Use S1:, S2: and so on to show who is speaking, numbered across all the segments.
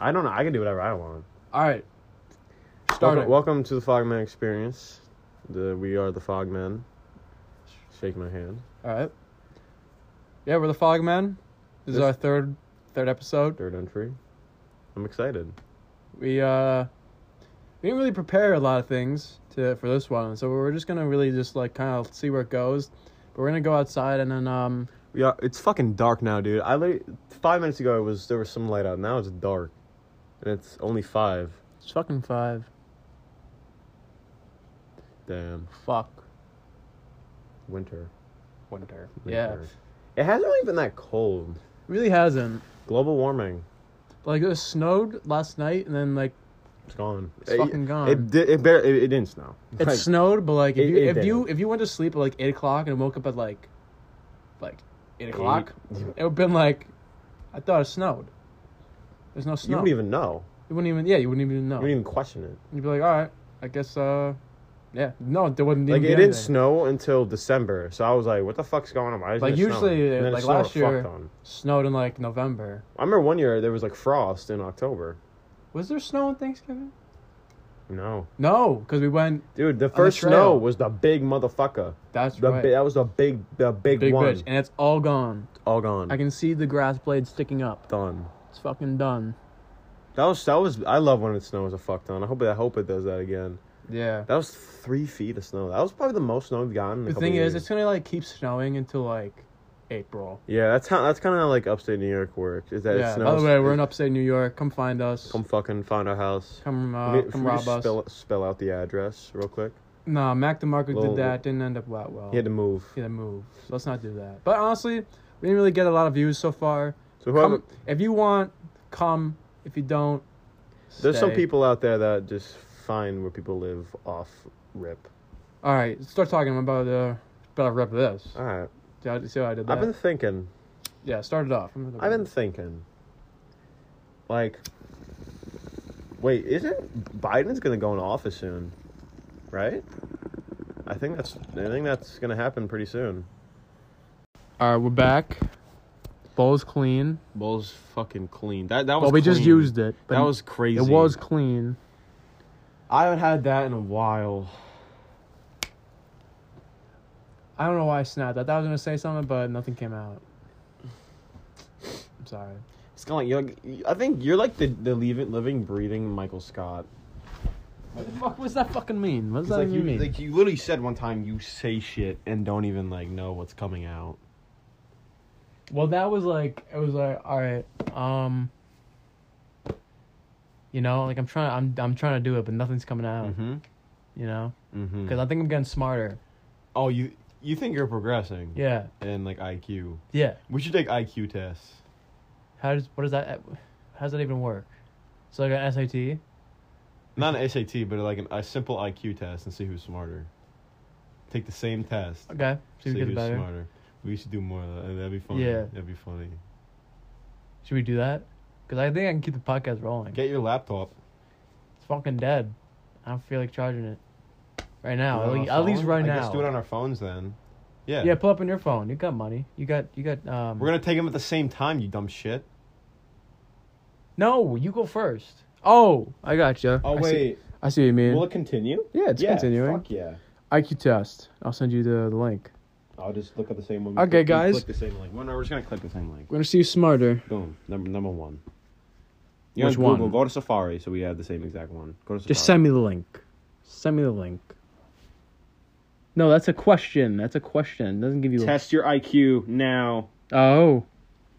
S1: I don't know. I can do whatever I want.
S2: All right. Start
S1: Welcome,
S2: it.
S1: welcome to the Fogman Experience. The We are the Fogmen. Shake my hand.
S2: All right. Yeah, we're the Fogmen. This is
S1: This-
S2: our third third episode.
S1: Third entry. I'm excited.
S2: We uh we didn't really prepare a lot of things to for this one, so we're just gonna really just like kind of see where it goes. But we're gonna go outside and then um
S1: Yeah, it's fucking dark now, dude. I lit- five minutes ago it was there was some light out. Now it's dark, and it's only five.
S2: it's fucking five.
S1: Damn,
S2: Fuck
S1: winter.
S2: winter. Yeah,
S1: winter. it hasn't really been that cold.
S2: really hasn't.
S1: Global warming.
S2: Like it snowed last night, and then like
S1: It's gone.
S2: It's
S1: It-
S2: fucking gone.
S1: It di- it, bar- it, it didn't snow.
S2: it
S1: Like,
S2: snowed, but like if
S1: It-
S2: you
S1: it
S2: if you
S1: didn't.
S2: if you went to sleep at like eight o'clock and woke up at like like eight o'clock,
S1: Eight.
S2: it would've been like I thought it snowed. There's no
S1: you
S2: snow.
S1: wouldn't even know.
S2: you wouldn't even yeah, you wouldn't even know.
S1: You wouldn't even question it.
S2: You'd be like, all right, I guess, uh, yeah, no, there wouldn't
S1: Like
S2: even be
S1: it didn't
S2: anything.
S1: snow until December, so I was like, "What the fuck's going on?" Why isn't
S2: Like,
S1: it
S2: usually,
S1: snowing? And then it
S2: like,
S1: snowed a
S2: last year-
S1: fuck ton.
S2: Snowed in like November.
S1: I remember one year there was like frost in October.
S2: Was there snow on Thanksgiving?
S1: No,
S2: No, because we went.
S1: dude, the first snow
S2: trail.
S1: was the big motherfucker.
S2: That's
S1: The
S2: right.
S1: bi- that was the big, the big,
S2: Big
S1: one.
S2: bitch, and it's all gone.
S1: All gone.
S2: I can see the grass blade sticking up.
S1: done.
S2: It's fucking done.
S1: That was that was. I love when it snows a fuck ton. I hope it. I hope it does that again.
S2: Yeah.
S1: That was three feet of snow. That was probably the most snow we've gotten. in a
S2: The
S1: couple
S2: thing
S1: years.
S2: is, it's gonna like keep snowing until like April.
S1: yeah. That's how. That's kind of how like upstate New York works. Is that
S2: yeah.
S1: it snows?
S2: By the way, we're in upstate New York. Come find us.
S1: Come
S2: Come,
S1: fucking find our house.
S2: uh,
S1: Let me-
S2: come
S1: let me
S2: rob
S1: just
S2: us.
S1: Spell, spell out the address real quick.
S2: Nah, Mac DeMarco
S1: Little-
S2: did that. Didn't end up that well.
S1: He had to move.
S2: He had to move. So let's not do that. But honestly, we didn't really get a lot of views so far.
S1: So whoever,
S2: Come, if you want, come. If you don't,
S1: there's some
S2: stay.
S1: people out there that just find where people live off rip.
S2: All right, start talking about uh, about rep of this.
S1: All right,
S2: See how- See how I did that?
S1: I've been thinking.
S2: yeah, start it off.
S1: I've been thinking. Like, wait, isn't Biden's gonna go in office soon? Right? I think that's. I think that's gonna happen pretty soon.
S2: All right, we're back. Bowl's clean.
S1: Bulls fucking clean. That that was.
S2: Well, we just
S1: clean.
S2: used it. but
S1: That was crazy.
S2: It was clean.
S1: I haven't had that in a while.
S2: I don't know why I snapped. I thought I was gonna say something, but nothing came out. I'm sorry.
S1: It's kind of like you're. Like, I think you're like the the living, living breathing Michael Scott.
S2: What the fuck was that fucking mean? What does
S1: It's
S2: that
S1: like you
S2: even mean?
S1: like you literally said one time you say shit and don't even like know what's coming out.
S2: Well, that was like it was like all right, um, you know, like I'm trying, I'm I'm trying to do it, but nothing's coming out,
S1: Mm-hmm.
S2: you know,
S1: Mm-hmm.
S2: because I think I'm getting smarter.
S1: oh, you you think you're progressing?
S2: Yeah,
S1: And like IQ,
S2: yeah.
S1: we should take IQ tests.
S2: How does what does that? How does that even work? So like an SAT.
S1: Not an SAT, but like an, a simple IQ test and see who's smarter. Take the same test.
S2: Okay, so we
S1: see
S2: get
S1: who's
S2: better.
S1: smarter. We should do more of that. That'd be funny.
S2: Yeah.
S1: That'd be funny.
S2: Should we do that? Because I think I can keep the podcast rolling.
S1: Get your laptop.
S2: It's fucking dead. I don't feel like charging it right now.
S1: Do it
S2: At
S1: on
S2: least,
S1: our
S2: at least
S1: phone?
S2: right
S1: I
S2: now.
S1: Guess do it on our phones then. Yeah.
S2: yeah. pull up on your phone. You got money. You got you got. Um,
S1: We're gonna take them at the same time. You dumb shit.
S2: No, you go first. Oh, I got you.
S1: Oh wait.
S2: I see what you mean.
S1: Will it continue?
S2: yeah, it's continuing.
S1: Fuck yeah.
S2: IQ test. I'll send you the, the link.
S1: I'll just look at the same one.
S2: Okay,
S1: Click-
S2: guys.
S1: Click the same link. Well, no, we're just gonna click the same link.
S2: We're gonna see you smarter.
S1: Boom. Number number one.
S2: Which
S1: on Google,
S2: one?
S1: Go to Safari, so we have the same exact one. Go to Safari.
S2: Just send me the link. Send me the link. No, that's a question. That's a question. It doesn't give you. the
S1: Test your IQ now.
S2: Oh,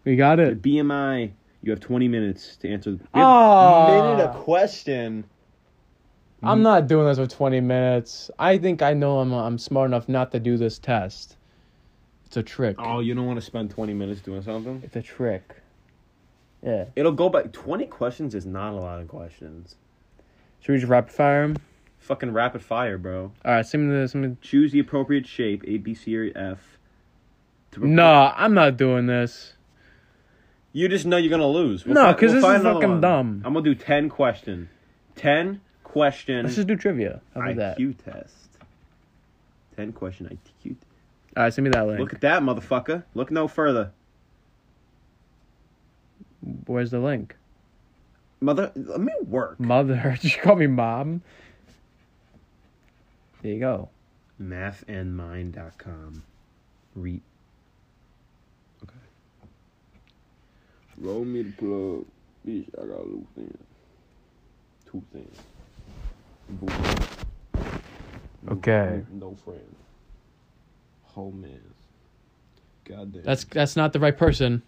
S2: we got
S1: The
S2: it.
S1: BMI. You have 20 minutes to answer. the
S2: Ah.
S1: minute a question. Mm-hmm.
S2: I'm not doing this for 20 minutes. I think I know I'm I'm smart enough not to do this test. It's a trick.
S1: Oh, you don't want to spend 20 minutes doing something.
S2: It's a trick. Yeah.
S1: It'll go back. 20 questions is not a lot of questions.
S2: Should we just rapid fire him?
S1: Fucking rapid fire, bro.
S2: All right, send me the send me
S1: Choose the appropriate shape, A, B, C, or F. to report-
S2: No, I'm not doing this.
S1: You just know you're gonna lose.
S2: No,
S1: fi-
S2: 'cause this
S1: find
S2: is
S1: another
S2: fucking
S1: one.
S2: dumb.
S1: I'm gonna do ten question, ten question
S2: Let's just do trivia. How about that?
S1: IQ test. Ten question IQ. t-
S2: All right, send me that link.
S1: Look at that, motherfucker. Look no further.
S2: Where's the link?
S3: Mother, let me work.
S2: Mother. Did you call me mom?
S3: There you go. Mathandmind.com. Read.
S1: Roll me the plug. Bitch, I got loose things. Two things. Boo.
S2: Okay.
S1: No friends. Whole man. Goddamn.
S2: That's that's not the right person.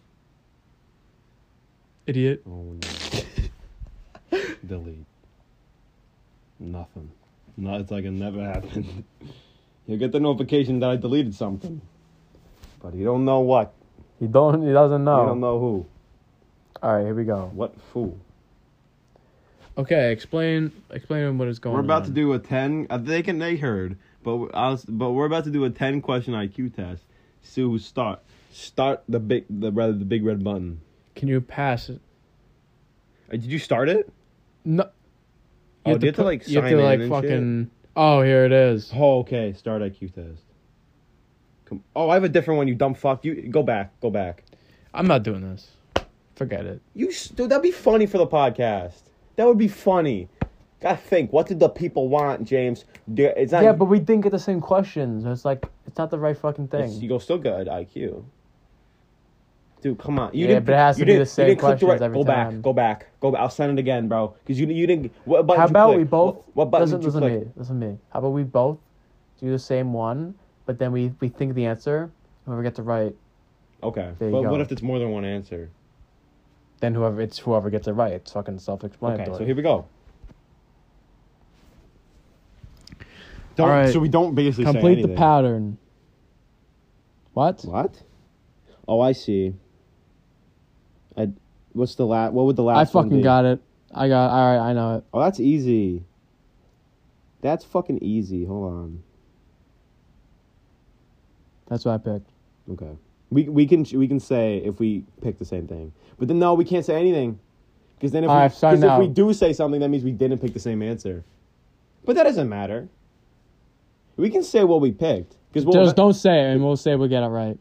S2: Idiot.
S1: Oh no. Delete. Nothing. No, it's like it never happened. You'll get the notification that I deleted something. But you don't know what.
S2: He don't. He doesn't
S1: You don't know who.
S2: All right, here we go.
S1: What fool.
S2: Okay, explain explain what is going on.
S1: We're about to do a ten. I think and they heard, but w- I was, but we're about to do a ten question IQ test. See who start start the big the rather the big red button.
S2: Can you pass it?
S1: Uh, did you start it?
S2: No.
S1: Oh, do you have to,
S2: put-
S1: like,
S2: you have
S1: sign
S2: to
S1: in
S2: like
S1: and
S2: fucking. Oh, here it is.
S1: Oh, okay. Start IQ test. Come. Oh, I have a different one. You dumb fuck. You go back. Go back.
S2: I'm not doing this. Forget it.
S1: You s- dude, that'd be funny for the podcast. That would be funny. Gotta think. What did the people want, James? Do- It's not.
S2: Yeah, but we didn't get the same questions. It's like it's not the right fucking
S1: It's-
S2: thing.
S1: You go still good IQ. Dude, come on. You
S2: Yeah,
S1: didn't,
S2: but it has
S1: you
S2: to be
S1: didn't-
S2: the same
S1: you didn't click
S2: questions
S1: right-
S2: every
S1: go
S2: time.
S1: back. Go back. Go back. I'll send it again, bro. Because you, you didn't. What button
S2: How
S1: did you
S2: about
S1: click?
S2: we both?
S1: What, what button
S2: Listen,
S1: did you
S2: listen
S1: click?
S2: to me. Listen to me. How about we both do the same one, but then we we think the answer. Whoever gets it right,
S1: Okay.
S2: There you
S1: but
S2: go.
S1: what if it's more than one answer?
S2: then whoever it's whoever gets it right. It's fucking
S1: Okay.
S2: self-explanatory.
S1: So here we go. Don't,
S2: All right.
S1: So we don't basically say
S2: Complete the
S1: anything.
S2: pattern. What?
S1: What? Oh, I see. I. What's the last? What would the
S2: I
S1: last? one
S2: fucking
S1: be?
S2: got it. I got. All right, I know it.
S1: Oh, that's easy. That's fucking easy. Hold on.
S2: That's what I picked.
S1: Okay. We we can we can say if we pick the same thing, but then no, we can't say anything, because then if, we,
S2: Alright, sorry,
S1: 'cause if
S2: no.
S1: we do say something, that means we didn't pick the same answer. But that doesn't matter. We can say what we picked because we'll
S2: Just don't say it, and we'll say we get it right.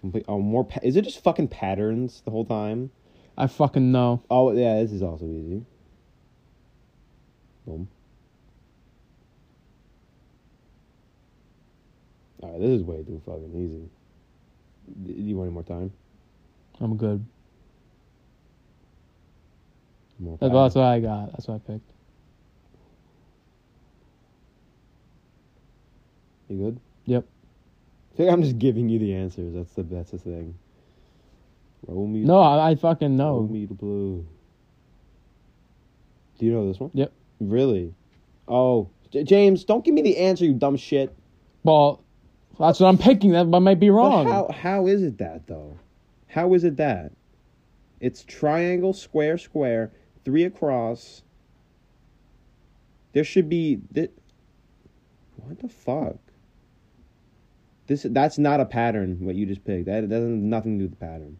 S1: complete. Oh, more pa- is it just fucking patterns the whole time?
S2: I fucking know.
S1: Oh yeah, this is also easy. Boom. All right, this is way too fucking easy. Do you want any more time?
S2: I'm good.
S1: More
S2: That's,
S1: patterns.
S2: that's what I got. That's what I picked.
S1: You good?
S2: Yep.
S1: I think I'm just giving you the answers. That's the that's the thing. Roll me.
S2: No, I, I fucking
S1: Roll
S2: know.
S1: me the blue. Do you know this one?
S2: Yep.
S1: Really? Oh, J- James, don't give me the answer, you dumb shit.
S2: Well, that's what I'm picking. That I might be
S1: But
S2: wrong.
S1: how how is it that though? How is it that? It's triangle, square, square, three across. There should be thi- What the fuck? This that's not a pattern. What you just picked that doesn't have nothing to do with the pattern.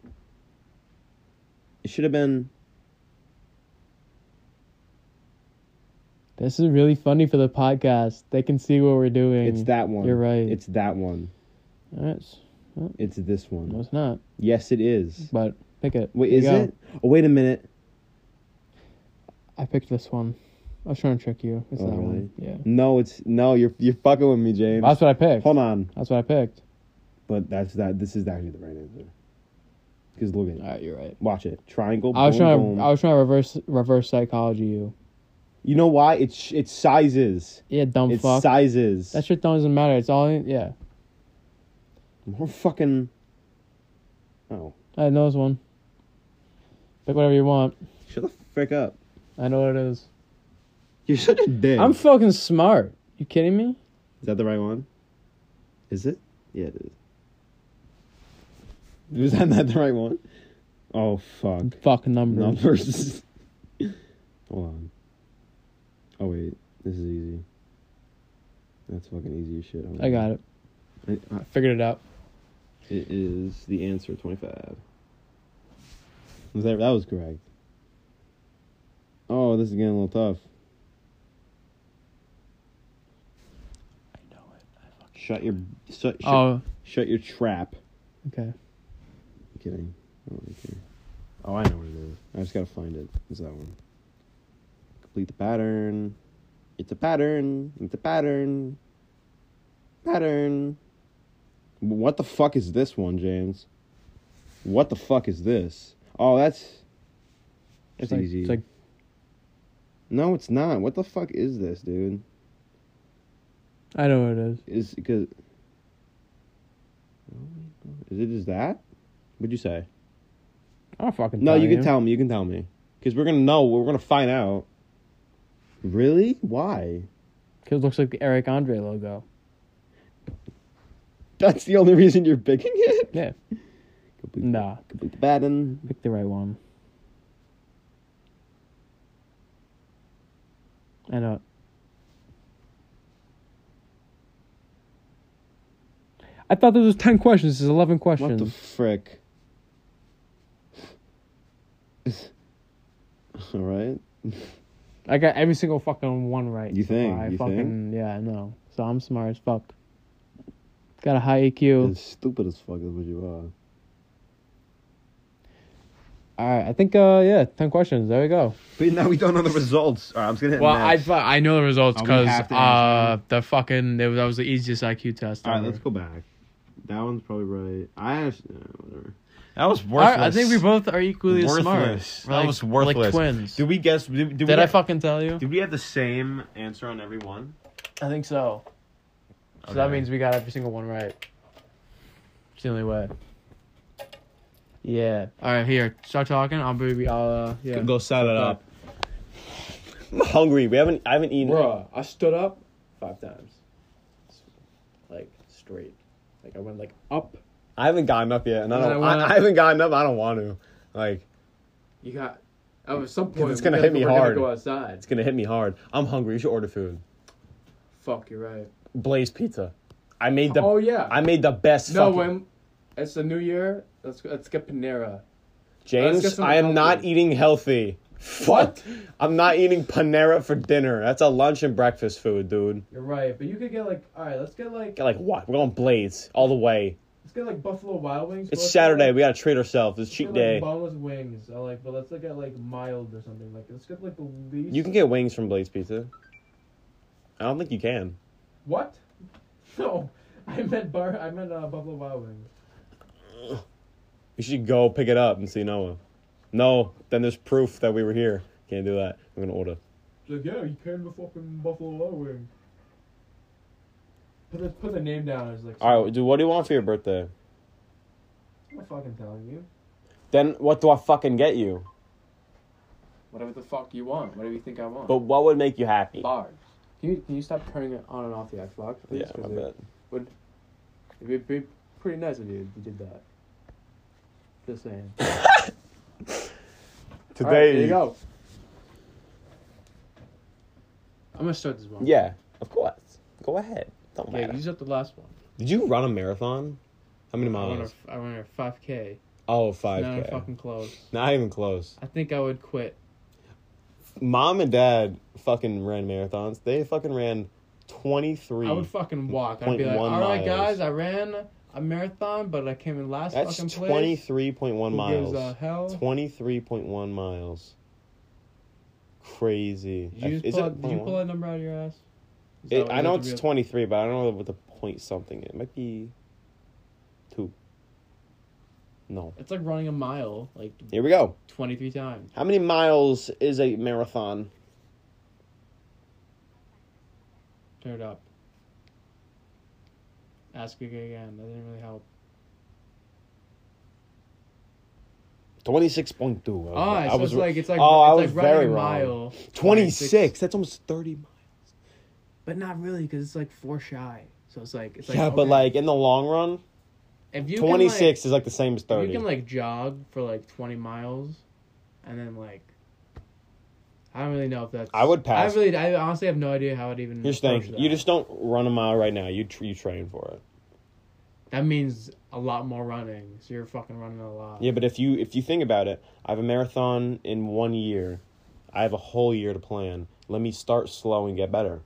S1: It should have been.
S2: This is really funny for the podcast. They can see what we're doing.
S1: It's that one.
S2: You're right.
S1: It's that one.
S2: All right, it's-
S1: It's this
S2: no,
S1: one.
S2: it's not.
S1: Yes, it is.
S2: But pick it.
S1: Wait,
S2: Here
S1: is
S2: you go.
S1: it? Oh, wait a minute.
S2: I picked this one. I was trying to trick you. It's
S1: Oh,
S2: that
S1: really?
S2: one. Yeah.
S1: No, it's no. You're you're fucking with me, James.
S2: That's what I picked.
S1: Hold on.
S2: That's what I picked.
S1: But that's that. This is actually the right answer. Because look at
S2: All
S1: it.
S2: right, you're right.
S1: Watch it. Triangle.
S2: I was
S1: boom,
S2: trying.
S1: boom.
S2: To, I was trying to reverse reverse psychology you.
S1: You know why? It's it's sizes.
S2: Yeah, dumb
S1: it's
S2: fuck.
S1: sizes.
S2: that shit doesn't matter. It's all yeah.
S1: more fucking. Oh,
S2: I know this one. Pick whatever you want.
S1: shut the frick up!
S2: I know what it is.
S1: You're such a dick.
S2: I'm fucking smart. You kidding me?
S1: is that the right one? Is it? Yeah, it is. Was that not the right one? Oh fuck!
S2: Fuck numbers.
S1: Numbers. Hold on. Oh wait, this is easy. That's fucking easy as shit.
S2: I got it.
S1: It, uh,
S2: I figured it out.
S1: It is the answer twenty five. Was that that was correct? Oh, this is getting a little tough.
S2: I know it.
S1: Shut your shut shut,
S2: Oh,
S1: shut your trap.
S2: okay.
S1: I'm kidding. I don't really care.
S4: Oh, I know what it is. I just gotta find it. It's that one. Complete the pattern. It's a pattern. It's a pattern. Pattern. What the fuck is this one, James? What the fuck is this? Oh, that's. That's
S2: like,
S4: easy.
S2: It's like
S4: no, it's not. What the fuck is this, dude?
S2: I know what it is.
S4: Is because is it is that? What'd you say?
S2: I don't fucking.
S4: No,
S2: tell
S4: you can tell me. You can tell me because we're gonna know. We're gonna find out. Really? Why?
S2: Because it looks like the Eric Andre logo.
S4: That's the only reason you're picking it.
S2: Yeah.
S4: Complete,
S2: Nah,
S4: Complete the pattern.
S2: pick the right one. I know. it. I thought there was ten questions. This is eleven
S4: What
S2: questions.
S4: the frick? All right.
S2: I got every single fucking one right.
S4: You
S2: so far.
S4: think?
S2: I
S4: You
S2: fucking
S4: think?
S2: yeah, I know. So I'm smart as fuck. Got a high E EQ.
S4: As stupid as fuck is what you are.
S2: All right, I think uh yeah, ten questions. There we go.
S1: But now we don't know the results. All right, I'm just gonna. Hit
S2: Well, I
S1: next.
S2: fu- I know the results
S4: Oh, we
S2: because
S4: have to
S2: uh
S4: answer.
S2: the fucking it was, that was the easiest IQ test.
S4: All right,
S2: ever.
S4: let's go back. That one's probably right. I actually, uh, whatever.
S1: that was
S2: All right,
S1: worthless.
S2: I think we both are equally
S1: Worthless.
S2: smart. We're
S1: That
S2: like-
S1: was
S2: we're
S1: worthless.
S2: Like twins.
S1: Did we guess? Did, did, we
S2: Did I
S1: have-
S2: fucking tell you?
S1: Did we have the same answer on every one?
S2: I think so. So that
S1: Okay.
S2: means we got every single one right. It's the only way. Yeah. All right, here. Start talking. I'll be. I'll. Uh, yeah.
S1: Go set it
S2: up.
S1: I'm hungry. We haven't. I haven't eaten.
S2: Bruh, I stood up five times. Like, straight. Like, I went, like, up.
S1: I haven't gotten up yet, and I
S2: And I
S1: don't. I,
S2: wanna-
S1: I haven't gotten up. I don't want to. Like
S2: You got. oh, At some
S1: point,
S2: point,
S1: it's gonna we're hit me gonna- we're gonna hard.
S2: go
S1: go
S2: outside.
S1: it's gonna hit me hard. I'm hungry. You should order food.
S2: Fuck, you're right.
S1: Blaze Pizza. I made the.
S2: oh, yeah.
S1: I made the best.
S2: no,
S1: fucking-
S2: when it's the new year, let's, let's get Panera. Let's get
S1: James,
S2: some
S1: I am not
S2: healthy.
S1: eating healthy. Fuck.
S2: What?
S1: I'm not eating Panera for dinner. That's a lunch and breakfast food, dude.
S2: You're right, but you could get, like, all right, let's get, like,
S1: Like what? We're going Blaze all the way.
S2: let's get, like, Buffalo Wild Wings. but
S1: It's
S2: let's get, like,
S1: Saturday. We gotta treat ourselves. It's
S2: Get,
S1: cheat
S2: like,
S1: day.
S2: Boneless wings. I like, but let's look at like mild or something. Like let's get like the least.
S1: You can get wings from Blaze Pizza. I don't think you can.
S2: what? No, I meant bar. I meant uh, Buffalo Wild Wings.
S1: You should go pick it up and see Noah. No, then there's proof that we were here. Can't do that. I'm gonna order.
S2: It's Like yeah, you can the fucking Buffalo Wild Wing. Put the put the name down as like.
S1: All right, dude. What do you want for your birthday?
S2: I'm not fucking telling you.
S1: Then what do I fucking get you?
S2: Whatever the fuck you want. Whatever you think I want.
S1: But what would make you happy?
S2: Bars. Can you can you stop turning it on and off the Xbox, please?
S1: Yeah,
S2: 'Cause
S1: I
S2: it-
S1: bet.
S2: It'd be, be pretty nice if you, you did that. Just saying.
S1: Today.
S2: All right, there you go. I'm gonna start this one.
S1: Yeah, of course. Go ahead. Don't
S2: Okay,
S1: matter.
S2: use up the last one.
S1: Did you run a marathon? How many
S2: I
S1: miles?
S2: went a, I went a 5K.
S1: Oh,
S2: Not even
S1: 5K.
S2: fucking close.
S1: Not even close.
S2: I think I would quit.
S1: Mom and dad fucking ran marathons. They fucking ran 23.
S2: I would fucking walk. I'd be like,
S1: 0.1
S2: all right,
S1: miles.
S2: guys, I ran a marathon, but I came in last
S1: That's
S2: fucking place.
S1: 23.1
S2: Who
S1: miles.
S2: gives a hell?
S1: 23.1 miles. Crazy.
S2: Did you,
S1: Is
S2: just
S1: it
S2: pull, out- did you
S1: 0.1?
S2: pull that number out of your ass? Is
S1: It-
S2: that-
S1: I
S2: is
S1: know
S2: that the
S1: it's
S2: real-
S1: 23, but I don't know what the point something. It might be two. No.
S2: It's like running a mile, like
S1: Here we go.
S2: 23 times.
S1: How many miles is a marathon?
S2: Turn it up. Ask again. That didn't really help.
S1: 26.2.
S2: Oh, ah, so it's like it's like
S1: oh, I
S2: it's
S1: was
S2: like running
S1: very
S2: a
S1: wrong.
S2: mile.
S1: 26. That's almost 30 miles.
S2: but not really because it's like four shy. So it's like it's like
S1: yeah, but
S2: okay.
S1: like in the long run,
S2: if you can, like-
S1: 26 is like the same as
S2: if
S1: 30.
S2: you can like jog for like twenty miles, and then like I don't really know if that's
S1: I would pass.
S2: I really I honestly have no idea how it even.
S1: Here's the thing.
S2: approach that.
S1: You just don't run a mile right now. You tr- you train for it.
S2: that means a lot more running. So you're fucking running a lot.
S1: Yeah, but if you if you think about it, I have a marathon in one year. I have a whole year to plan. Let me start slow and get better.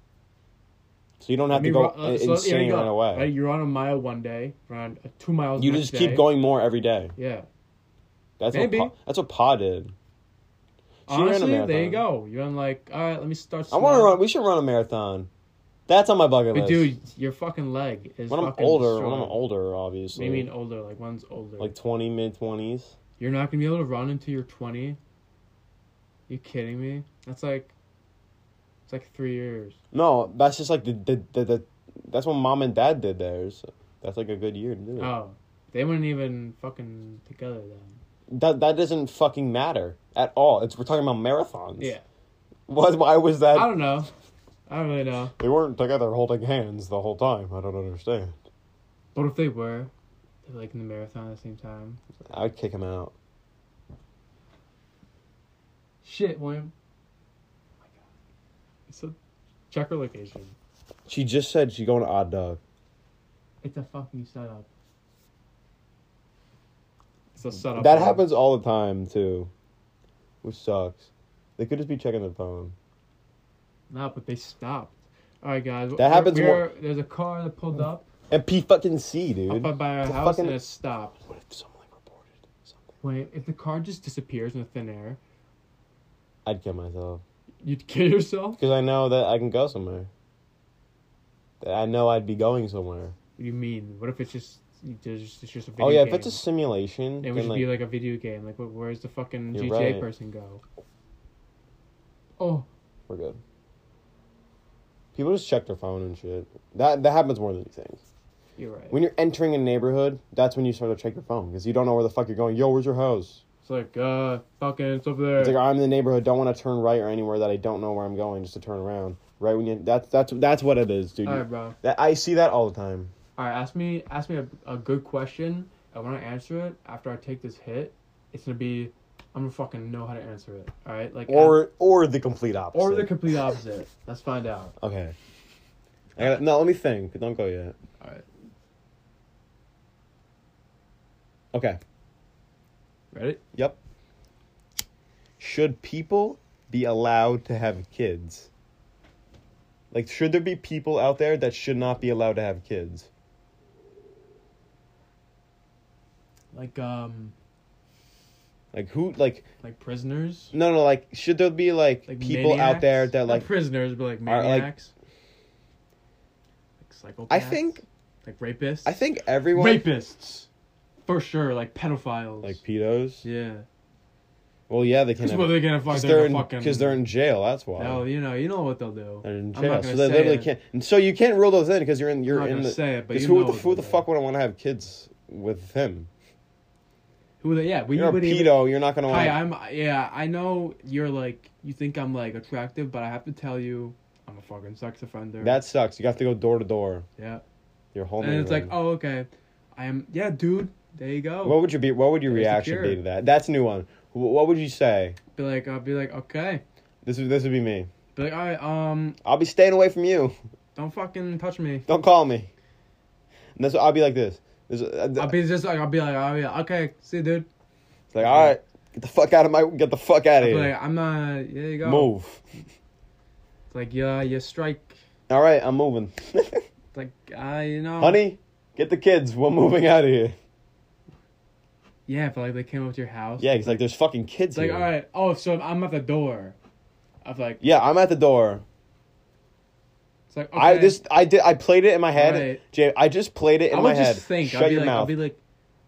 S1: So you don't have
S2: I mean,
S1: to go
S2: ru- uh,
S1: i-
S2: so- yeah,
S1: insane
S2: you go-
S1: right away.
S2: Right, you're on a mile one day, around uh, two miles.
S1: you
S2: the
S1: just
S2: next
S1: keep
S2: day.
S1: going more every day.
S2: Yeah.
S1: That's
S2: Maybe.
S1: What pa, that's what Pa did. She ran a
S2: Honestly, there you
S1: marathon.
S2: go. You're like, all right, let me start.
S1: I want to
S2: small."
S1: run. We should run a marathon. That's on my bucket list.
S2: But dude, your fucking leg is
S1: when I'm
S2: fucking
S1: older,
S2: Destroyed.
S1: when I'm older,
S2: What do
S1: obviously,
S2: you mean older? Like one's older.
S1: like twenty, mid twenties.
S2: You're not gonna be able to run until you're 20. You kidding me? That's like, it's like three years.
S1: No, that's just like the, the the the. That's when mom and dad did theirs. That's like a good year to do it.
S2: Oh, they weren't even fucking together then.
S1: That that doesn't fucking matter at all. It's we're talking about marathons.
S2: Yeah,
S1: Why, why was that?
S2: I don't know. I don't really know.
S1: They weren't together holding hands the whole time. I don't understand.
S2: But if they were, they were like in the marathon at the same time.
S1: I'd kick him out.
S2: Shit, William. Oh my God. It's a check her location.
S1: She just said she's going to Odd Dog.
S2: It's a fucking setup. It's a setup.
S1: That
S2: man.
S1: happens all the time too, which sucks. They could just be checking their phone.
S2: No, but they stopped. All right, guys.
S1: That happens
S2: we're- we're- There's a car that pulled up
S1: And P fucking C, dude.
S2: up by our
S1: It's a
S2: house
S1: fucking-
S2: and it stopped.
S1: What if someone like reported something?
S2: Wait, if the car just disappears in the thin air,
S1: I'd kill myself
S2: you'd kill yourself.
S1: because I know that I can go somewhere. That I know I'd be going somewhere.
S2: What do you mean? What if it's just you- there's just, it's just a video
S1: oh yeah,
S2: game?
S1: if it's a simulation,
S2: it
S1: then
S2: would just
S1: like,
S2: be like a video game. Like, wh- where's the fucking
S1: You're
S2: GTA
S1: right.
S2: person go? Oh,
S1: we're good. People just check their phone and shit. That that happens more than you think.
S2: you're right.
S1: When you're entering a neighborhood, that's when you start to check your phone because you don't know where the fuck you're going. Yo, where's your house?
S2: it's like uh, fucking, it's over there.
S1: It's like I'm in the neighborhood, don't want to turn right or anywhere that I don't know where I'm going, just to turn around. Right when you that's that's that's what it is, dude.
S2: All right, bro.
S1: That I see that all the time.
S2: All right, ask me ask me a, a good question, and when I answer it after I take this hit, it's gonna be I'm gonna fucking know how to answer it. All right, like
S1: Or or the complete opposite.
S2: or the complete opposite. Let's find out.
S1: Okay. I gotta, no, let me think. Don't go yet.
S2: All right,
S1: Okay.
S2: ready?
S1: Yep. Should people be allowed to have kids? Like, should there be people out there that should not be allowed to have kids?
S2: Like um,
S1: Like, who, like,
S2: like prisoners,
S1: no, no, like, should there be, like,
S2: like
S1: people out there
S2: maniacs?
S1: that,
S2: Not
S1: like,
S2: prisoners, but like
S1: are, like-
S2: maniacs, like, psychopaths.
S1: I think,
S2: like rapists.
S1: I think everyone,
S2: rapists for sure, like pedophiles.
S1: like, pedos.
S2: yeah,
S1: Well, yeah, they can
S2: because
S1: have,
S2: what they're gonna fuck,
S1: because
S2: they're,
S1: they're, in,
S2: gonna fucking
S1: because they're in jail, that's why.
S2: Hell, you know, you know what they'll do.
S1: They're in
S2: not
S1: jail,
S2: gonna
S1: so they
S2: say
S1: literally
S2: it.
S1: can't, and so you can't rule those in, because you're in,
S2: I'm
S1: you're
S2: not
S1: in
S2: gonna
S1: the,
S2: say it, but
S1: because
S2: you
S1: who,
S2: know
S1: the,
S2: what
S1: who
S2: they'll
S1: the
S2: do.
S1: fuck would want to have kids with him?
S2: Who the yeah? We
S1: You're a
S2: would
S1: pedo,
S2: even,
S1: you're not going to want
S2: Hi, I'm yeah. I know you're like you think I'm like attractive, but I have to tell you, I'm a fucking sex offender.
S1: That sucks. You have to go door to door.
S2: yeah.
S1: Your whole
S2: And it's like,
S1: neighborhood.
S2: oh okay, I am yeah, dude. There you go.
S1: what would your be? What would your
S2: There's the
S1: reaction
S2: cure.
S1: be to that? That's a new one. Wh- What would you say?
S2: be like, I'll be like, okay.
S1: This would this would be me.
S2: Be like, all right, um,
S1: I'll be staying away from you.
S2: don't fucking touch me.
S1: Don't call me. And that's I'll be like this. This- uh,
S2: I'll be just like, I'll be like, I'll be like, okay, see, you, dude.
S1: it's like all right, get the fuck out of my get the fuck out
S2: I'll
S1: of
S2: be
S1: here.
S2: like, I'm not. There you go.
S1: Move.
S2: It's like, yeah, you strike.
S1: All right, I'm moving.
S2: It's like, I you know,
S1: Honey, get the kids. We're moving out of here.
S2: Yeah, but like they came up to your house.
S1: Yeah, he's like, there's fucking kids
S2: It's like,
S1: here.
S2: all right. Oh, so I'm at the door. Of like,
S1: Yeah, I'm at the door.
S2: it's like, okay.
S1: I this I did I played it in my head.
S2: Alright.
S1: Jay, I just played it in
S2: I
S1: my
S2: would
S1: head.
S2: just think.
S1: Shut
S2: I'd be
S1: your
S2: like, I'd
S1: mouth.
S2: be like,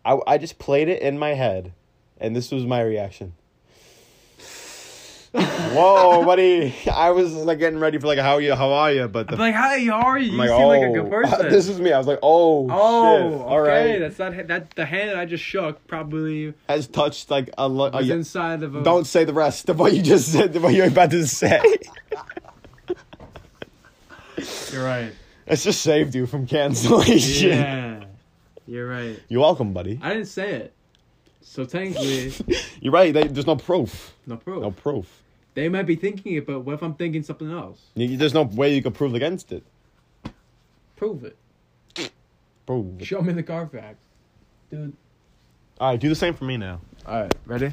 S1: I, I just played it in my head, and this was my reaction. Whoa, buddy! I was like getting ready for like how you how are you, but the
S2: I'd be like, hey, how are you?
S1: I'm
S2: You
S1: like,
S2: seem like a good
S1: "Oh."
S2: person.
S1: this is me. I was like, oh,
S2: oh,
S1: shit.
S2: okay.
S1: all right.
S2: That's not that. The hand that I just shook probably
S1: Has touched like a lo-
S2: was
S1: yeah.
S2: inside of a.
S1: Don't say the rest of what you just said. What you're about to say.
S2: You're right.
S1: It's just saved you from cancellation.
S2: Yeah. You're right.
S1: You're welcome, buddy.
S2: I didn't say it. So technically,
S1: You're right. They, there's no proof.
S2: no proof.
S1: No proof.
S2: They might be thinking it, but what if I'm thinking something else?
S1: You- There's no way you could prove against it.
S2: Prove it.
S1: Prove. it.
S2: Show me the car facts, dude.
S1: All right, do the same for me now.
S2: All right, ready?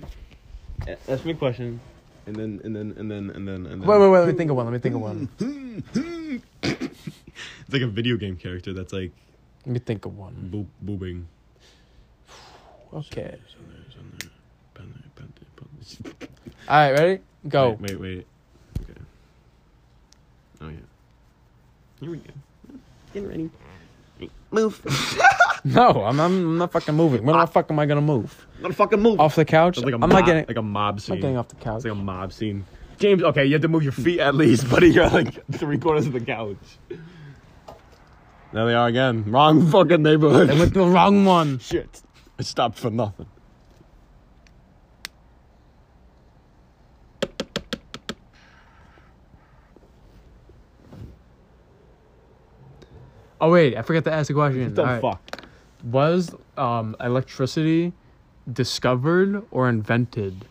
S1: Ask me a question, and then and then and then and then and then.
S2: Wait, wait, wait. Let me think of one. Let me think of one.
S1: It's like a video game character that's like
S2: Let me think of one.
S1: boop, booping.
S2: Okay. All right, ready? Go.
S1: Wait, wait, wait. Okay. Oh yeah. Here we go. Getting ready. Move.
S2: No, I'm, I'm not fucking moving. When the fuck am I gonna move?
S1: I'm gonna fucking move.
S2: Off the couch?
S1: Ah. It's
S2: I'm
S1: mob-
S2: not getting.
S1: like a mob scene.
S2: I'm not getting off the couch.
S1: It's like a mob scene. James, okay, you have to move your feet at least, buddy. You're like three quarters of the couch. There they are again. Wrong fucking neighborhood.
S2: I went to the wrong one.
S1: Shit. I stopped for nothing.
S2: Oh wait, I forgot to ask a question.
S1: What the
S2: All right.
S1: fuck?
S2: Was um, electricity discovered or invented?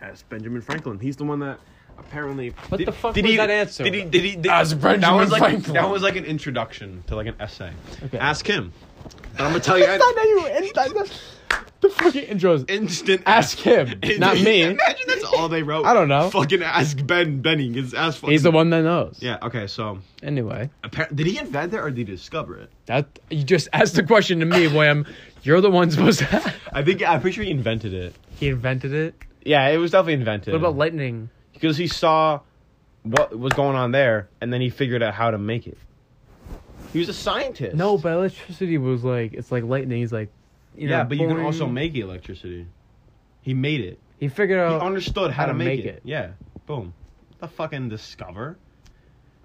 S1: That's Benjamin Franklin. He's the one that apparently.
S2: What the fuck was that answer?
S1: Did he? Did he? Did,
S2: Ask
S1: that
S2: Benjamin
S1: was like
S2: Franklin.
S1: that was like an introduction to like an essay.
S2: Okay.
S1: Ask him. And I'm gonna tell you.
S2: the fucking intros.
S1: instant
S2: Ask him, not me.
S1: Imagine that's all they wrote.
S2: I don't know.
S1: Fucking ask Ben Benny. It's ask fucking
S2: He's the one that knows.
S1: Yeah. Okay. So,
S2: Anyway,
S1: appar- did he invent it or did he discover it?
S2: that you just asked the question to me, William. You're the one supposed to.
S1: I think I'm pretty sure he invented it.
S2: he invented it.
S1: Yeah, it was definitely invented.
S2: What about lightning?
S1: because he saw what was going on there, and then he figured out how to make it. He was a scientist.
S2: No, but electricity was like it's like lightning. He's like, you know,
S1: yeah, but you can
S2: boing.
S1: also make electricity. He made it.
S2: He figured
S1: He
S2: out.
S1: understood Oh, how, to make, it. Yeah. Boom. The fucking discover.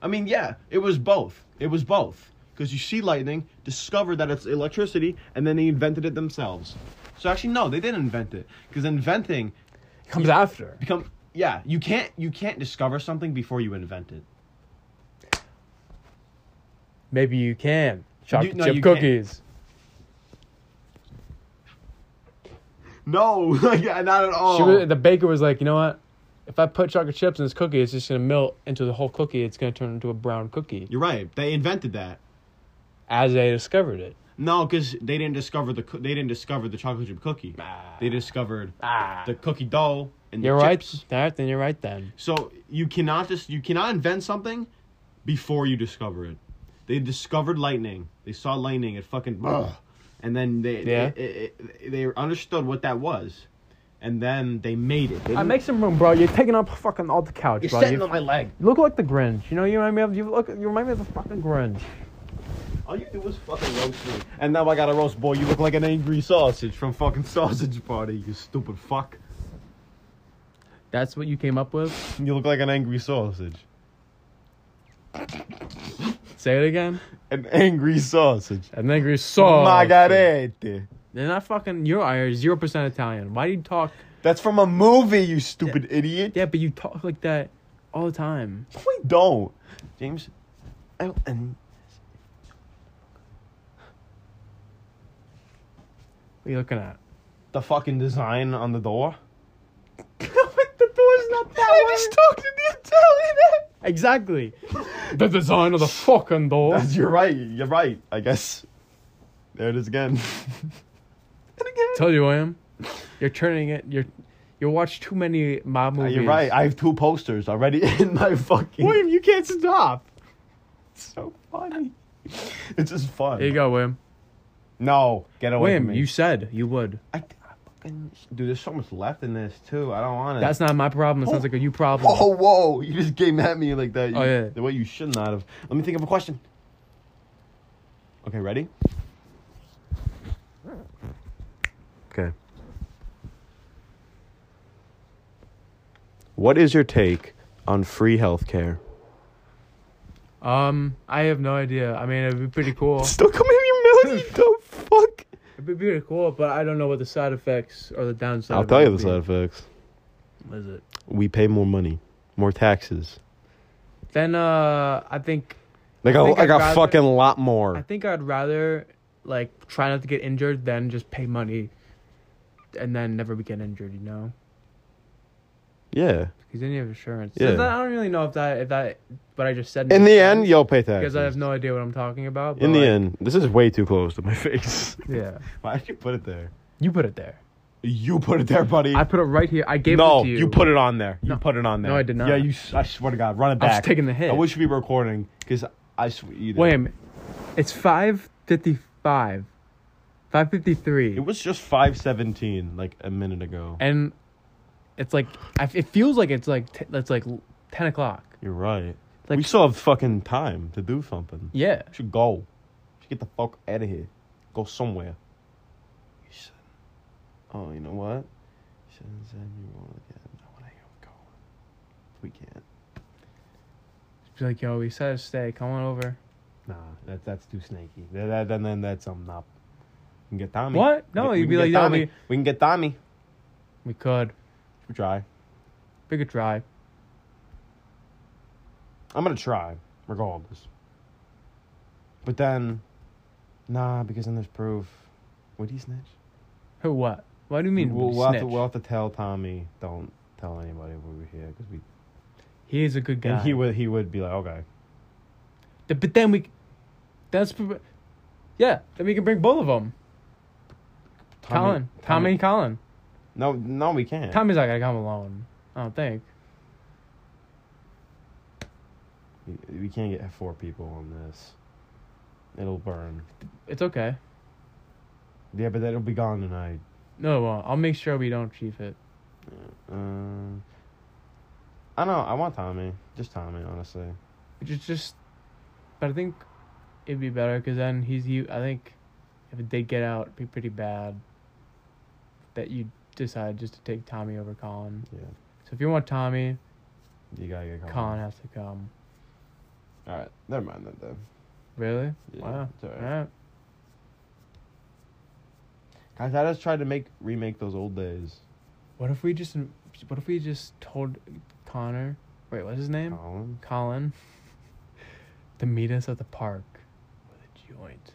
S1: I mean, yeah, it was both. It was both. Because you see lightning, discovered that it's electricity, and then they invented it themselves. So actually, no, they didn't invent it. Because inventing
S2: comes after.
S1: become yeah, you can't you can't discover something before you invent it.
S2: Maybe you can chocolate
S1: no, you
S2: chip
S1: can't.
S2: cookies.
S1: No, like not at all.
S2: She was, the baker was like, you know what? If I put chocolate chips in this cookie, it's just gonna melt into the whole cookie. It's gonna turn into a brown cookie.
S1: You're right. They invented that.
S2: As they discovered it.
S1: No, because they didn't discover the coo- they didn't discover the chocolate chip cookie. They discovered
S2: Ah.
S1: the cookie dough and
S2: You're
S1: the
S2: right.
S1: chips.
S2: All right, then you're right then.
S1: So you cannot just you cannot invent something before you discover it. They discovered lightning. They saw lightning. It fucking and then they
S2: Yeah.
S1: it- it- it- they understood what that was, and then they made it. They
S2: I
S1: didn't-
S2: make some room, bro. You're taking up fucking all the couch,
S1: You're
S2: bro.
S1: sitting
S2: You-
S1: on my leg.
S2: you look like the Grinch. You know, you remind me of you look. You remind me of the fucking Grinch.
S1: All you do is fucking roast me. And now I got a roast boy. You look like an angry sausage from fucking Sausage Party. You stupid fuck.
S2: That's what you came up with.
S1: You look like an angry sausage.
S2: Say it again.
S1: An angry sausage.
S2: And then you saw.
S1: Margarete.
S2: They're not fucking. You're Irish. Zero percent Italian. Why do you talk?
S1: That's from a movie, you stupid idiot.
S2: Yeah, but you talk like that all the time.
S1: We don't. James, I don't. And
S2: What are you looking at?
S1: the fucking design on the door.
S2: the door's not that
S1: I just talked to the Italian.
S2: Exactly. the design of the fucking door.
S1: That's- You're right. You're right. I guess. There it is again. and again.
S2: Tell you, William, you're turning it. You're you watch too many mob
S1: Uh,
S2: movies.
S1: You're right. I have two posters already in my fucking.
S2: William, you can't stop.
S1: so funny. It's just fun.
S2: There you go, William.
S1: No, get away
S2: William,
S1: from me.
S2: you said you would.
S1: I, I fucking, dude, there's so much left in this too. I don't want it.
S2: That's not my problem. It sounds like a you problem.
S1: Whoa, whoa! You just came at me like that. You,
S2: Oh, yeah.
S1: The way you should not have. Let me think of a question. Okay, ready? Okay. What is your take on free healthcare?
S2: Um, I have no idea. I mean, it'd be pretty cool.
S1: Still coming in your mouth, you dumb fuck.
S2: It'd be pretty cool, but I don't know what the side effects or the downside.
S1: I'll
S2: of
S1: tell
S2: it
S1: you
S2: would
S1: the
S2: be.
S1: side effects.
S2: What is it?
S1: We pay more money, more taxes.
S2: Then uh, I think
S1: Like
S2: I
S1: a,
S2: think
S1: like
S2: I'd
S1: a
S2: rather-
S1: fucking lot
S2: I
S1: more.
S2: think I'd rather like try not to get injured than just pay money, and then never be get injured. You know,
S1: Yeah.
S2: because then you have insurance.
S1: Yeah.
S2: So that, I don't really know if that if that what I just said.
S1: In
S2: makes
S1: the end,
S2: sense,
S1: you'll pay taxes.
S2: because I have no idea what I'm talking about.
S1: In
S2: but,
S1: the
S2: like,
S1: end, this is way too close to my face.
S2: yeah,
S1: Why did you put it there?
S2: you put it there.
S1: You put it there, buddy.
S2: I put it right here. I gave
S1: no,
S2: it to you.
S1: you put it on there. You
S2: No.
S1: put it on there.
S2: No, I did not.
S1: Yeah, you. s- I swear to God, run it
S2: I
S1: back.
S2: was taking the hit.
S1: I wish we were recording because I swear you. did.
S2: Wait a minute. It's five fifty-five. Five fifty three.
S1: It was just five seventeen like a minute ago.
S2: and it's like I f- it feels like it's like t- it's like ten o'clock.
S1: You're right.
S2: Like-
S1: we still have fucking time to do something.
S2: Yeah,
S1: We should go. We should get the fuck out of here. Go somewhere. You said, "Oh, you know what?" You said, "Zen, you want to get? I want to hear him go. We can't.
S2: Just be like yo, we set a steak. Come on over.
S1: Nah, that that's too snaky. That, that then then that's something up. We can get Tommy.
S2: What?
S1: We
S2: No,
S1: can- we
S2: you'd
S1: can
S2: be
S1: get
S2: like, no,
S1: Tommy.
S2: we-
S1: we can get Tommy.
S2: We could.
S1: We try.
S2: We could try.
S1: I'm gonna try, regardless. But then, nah, because then there's proof. Would he snitch?
S2: Who? What? What do you mean?
S1: we'll,
S2: we
S1: we'll have to,
S2: snitch?
S1: we'll have to tell Tommy. Don't tell anybody we were here because we.
S2: he is a good guy.
S1: And he would he would be like, okay,
S2: Th- But then we, that's, prob- yeah. Then we can bring both of them. Colin, Tommy, and Colin.
S1: No, no, we can't.
S2: Tommy's not gonna come alone. I don't think.
S1: We, we can't get four people on this. It'll burn.
S2: It's okay.
S1: Yeah, but that'll be gone tonight.
S2: No, it won't. I'll make sure we don't chief it.
S1: Uh, I don't know. I want Tommy. Just Tommy, honestly.
S2: Just, just, but I think it'd be better because then he's you. I think if it did get out, it'd be pretty bad. That you decide just to take Tommy over Colin.
S1: Yeah,
S2: So if you want Tommy,
S1: you gotta get Colin.
S2: Colin has to come.
S1: All right, never mind that though.
S2: Really?
S1: Yeah,
S2: wow.
S1: it's all right.
S2: Alright.
S1: Guys, I just tried to make remake those old days.
S2: What if we just? What if we just told Connor? Wait, what's his name?
S1: Colin.
S2: Colin to meet us at the park with a joint.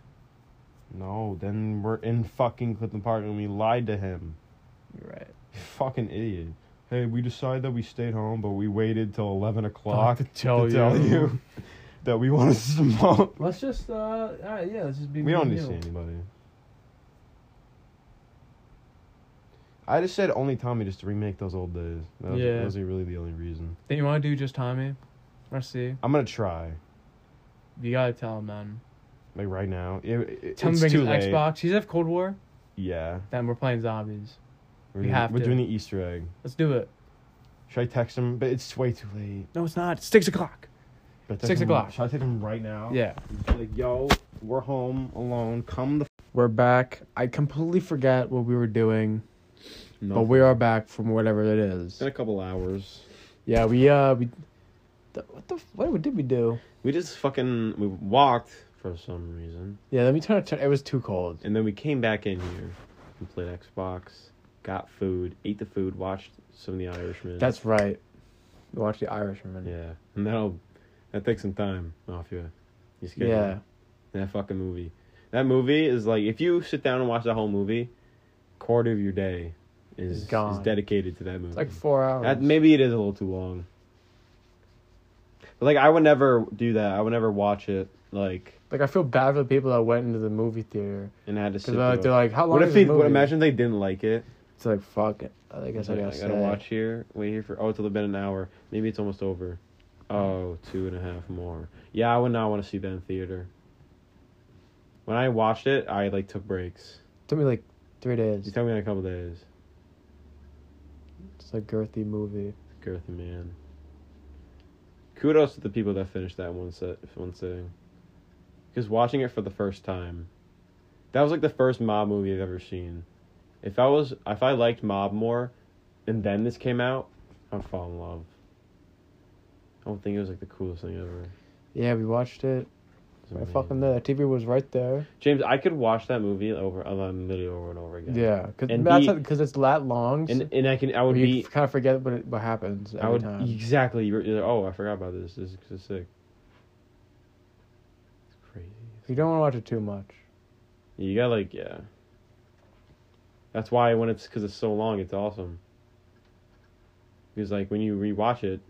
S1: No, then we're in fucking Clifton Park and we lied to him.
S2: You're right.
S1: You fucking idiot. Hey, we decided that we stayed home, but we waited till 11 o'clock
S2: Fuck
S1: to
S2: to
S1: tell,
S2: tell
S1: you.
S2: you.
S1: that we wanted to smoke.
S2: Let's just uh all right, yeah, let's just be
S1: We don't need to see anybody. I just said only Tommy just to remake those old days. That was,
S2: Yeah.
S1: that was really the only reason.
S2: Then you wanna do just Tommy? Let's see.
S1: I'm going to try.
S2: You gotta tell him man.
S1: Like right now. It, it,
S2: Tell him
S1: it's
S2: to bring
S1: too
S2: his
S1: late.
S2: Xbox. He's have Cold War,
S1: Yeah.
S2: then we're playing zombies.
S1: We're,
S2: We
S1: doing-
S2: have
S1: we're
S2: to.
S1: doing the Easter egg.
S2: Let's do it.
S1: Should I text him? But it's way too late.
S2: No, it's not. It's six o'clock.
S1: Should I text
S2: Six
S1: him-
S2: o'clock.
S1: Should I text him right now?
S2: Yeah.
S1: Like, yo, we're home alone. Come the.
S2: We're back. I completely forgot what we were doing, but we are back from whatever it is.
S4: in a couple hours.
S2: Yeah, we uh we th- what the f- what did we do?
S4: We just
S1: fucking we walked for some reason,
S2: Yeah, let me turn it. Turn, it was too cold.
S1: and then we came back in here and played Xbox, got food, ate the food, watched some of The Irishman.
S2: That's right. Watch The Irishman.
S1: yeah, and that'll that takes some time off you. You
S2: Yeah.
S1: scared. that fucking movie. That movie is like if you sit down and watch the whole movie, quarter of your day is
S2: Is gone.
S1: is dedicated to that movie.
S2: It's like four hours.
S1: That, maybe it is a little too long. But like I would never do that. I would never watch it like
S2: like, I feel bad for the people that went into the movie theater.
S1: and had to sit.
S2: Because they're, like,
S1: through
S2: they're
S1: it.
S2: like, how long
S1: What
S2: is
S1: if
S2: the
S1: they?
S2: movie?
S1: What, imagine they didn't like it.
S2: It's like, fuck it. I guess I
S1: I
S2: gotta,
S1: gotta,
S2: stay.
S1: watch here. Wait here for. Oh, it's only been an hour. Maybe it's almost over. Oh, two and a half more. Yeah, I would not want to see that in theater. When I watched it, I like took breaks.
S2: took me like three
S1: You
S2: days.
S1: tell me in a couple days,
S2: It's a girthy movie.
S1: girthy man. Kudos to the people that finished that one set one sitting. Because watching it for the first time, that was like the first mob movie I've ever seen. If I was, if I liked mob more, and then this came out, I'd fall in love. I don't think it was like the coolest thing ever.
S2: Yeah, we watched it.
S1: It's
S2: Right
S1: amazing.
S2: fucking there. The TV was right there.
S1: James, I could watch that movie over, a literally over and over again.
S2: Yeah, because
S1: And
S2: that's
S1: be-
S2: because it's that long. so
S1: and and I can, I would
S2: you
S1: be,
S2: kind of forget what it, what happens every
S1: I would
S2: time.
S1: exactly. You're, you're like, oh, I forgot about this. This is, this is sick. It's crazy.
S2: You don't want to watch it too much.
S1: You got like yeah. That's why when it's because it's so long, it's awesome. Because like when you rewatch it,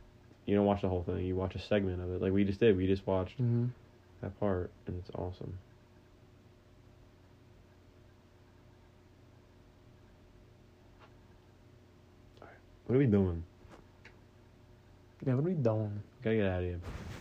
S1: you don't watch the whole thing. You watch a segment of it, like we just did. We just watched
S2: Mm-hmm.
S1: that part, and it's awesome. What are we doing?
S2: Yeah, what are we doing?
S1: Gotta get out of here.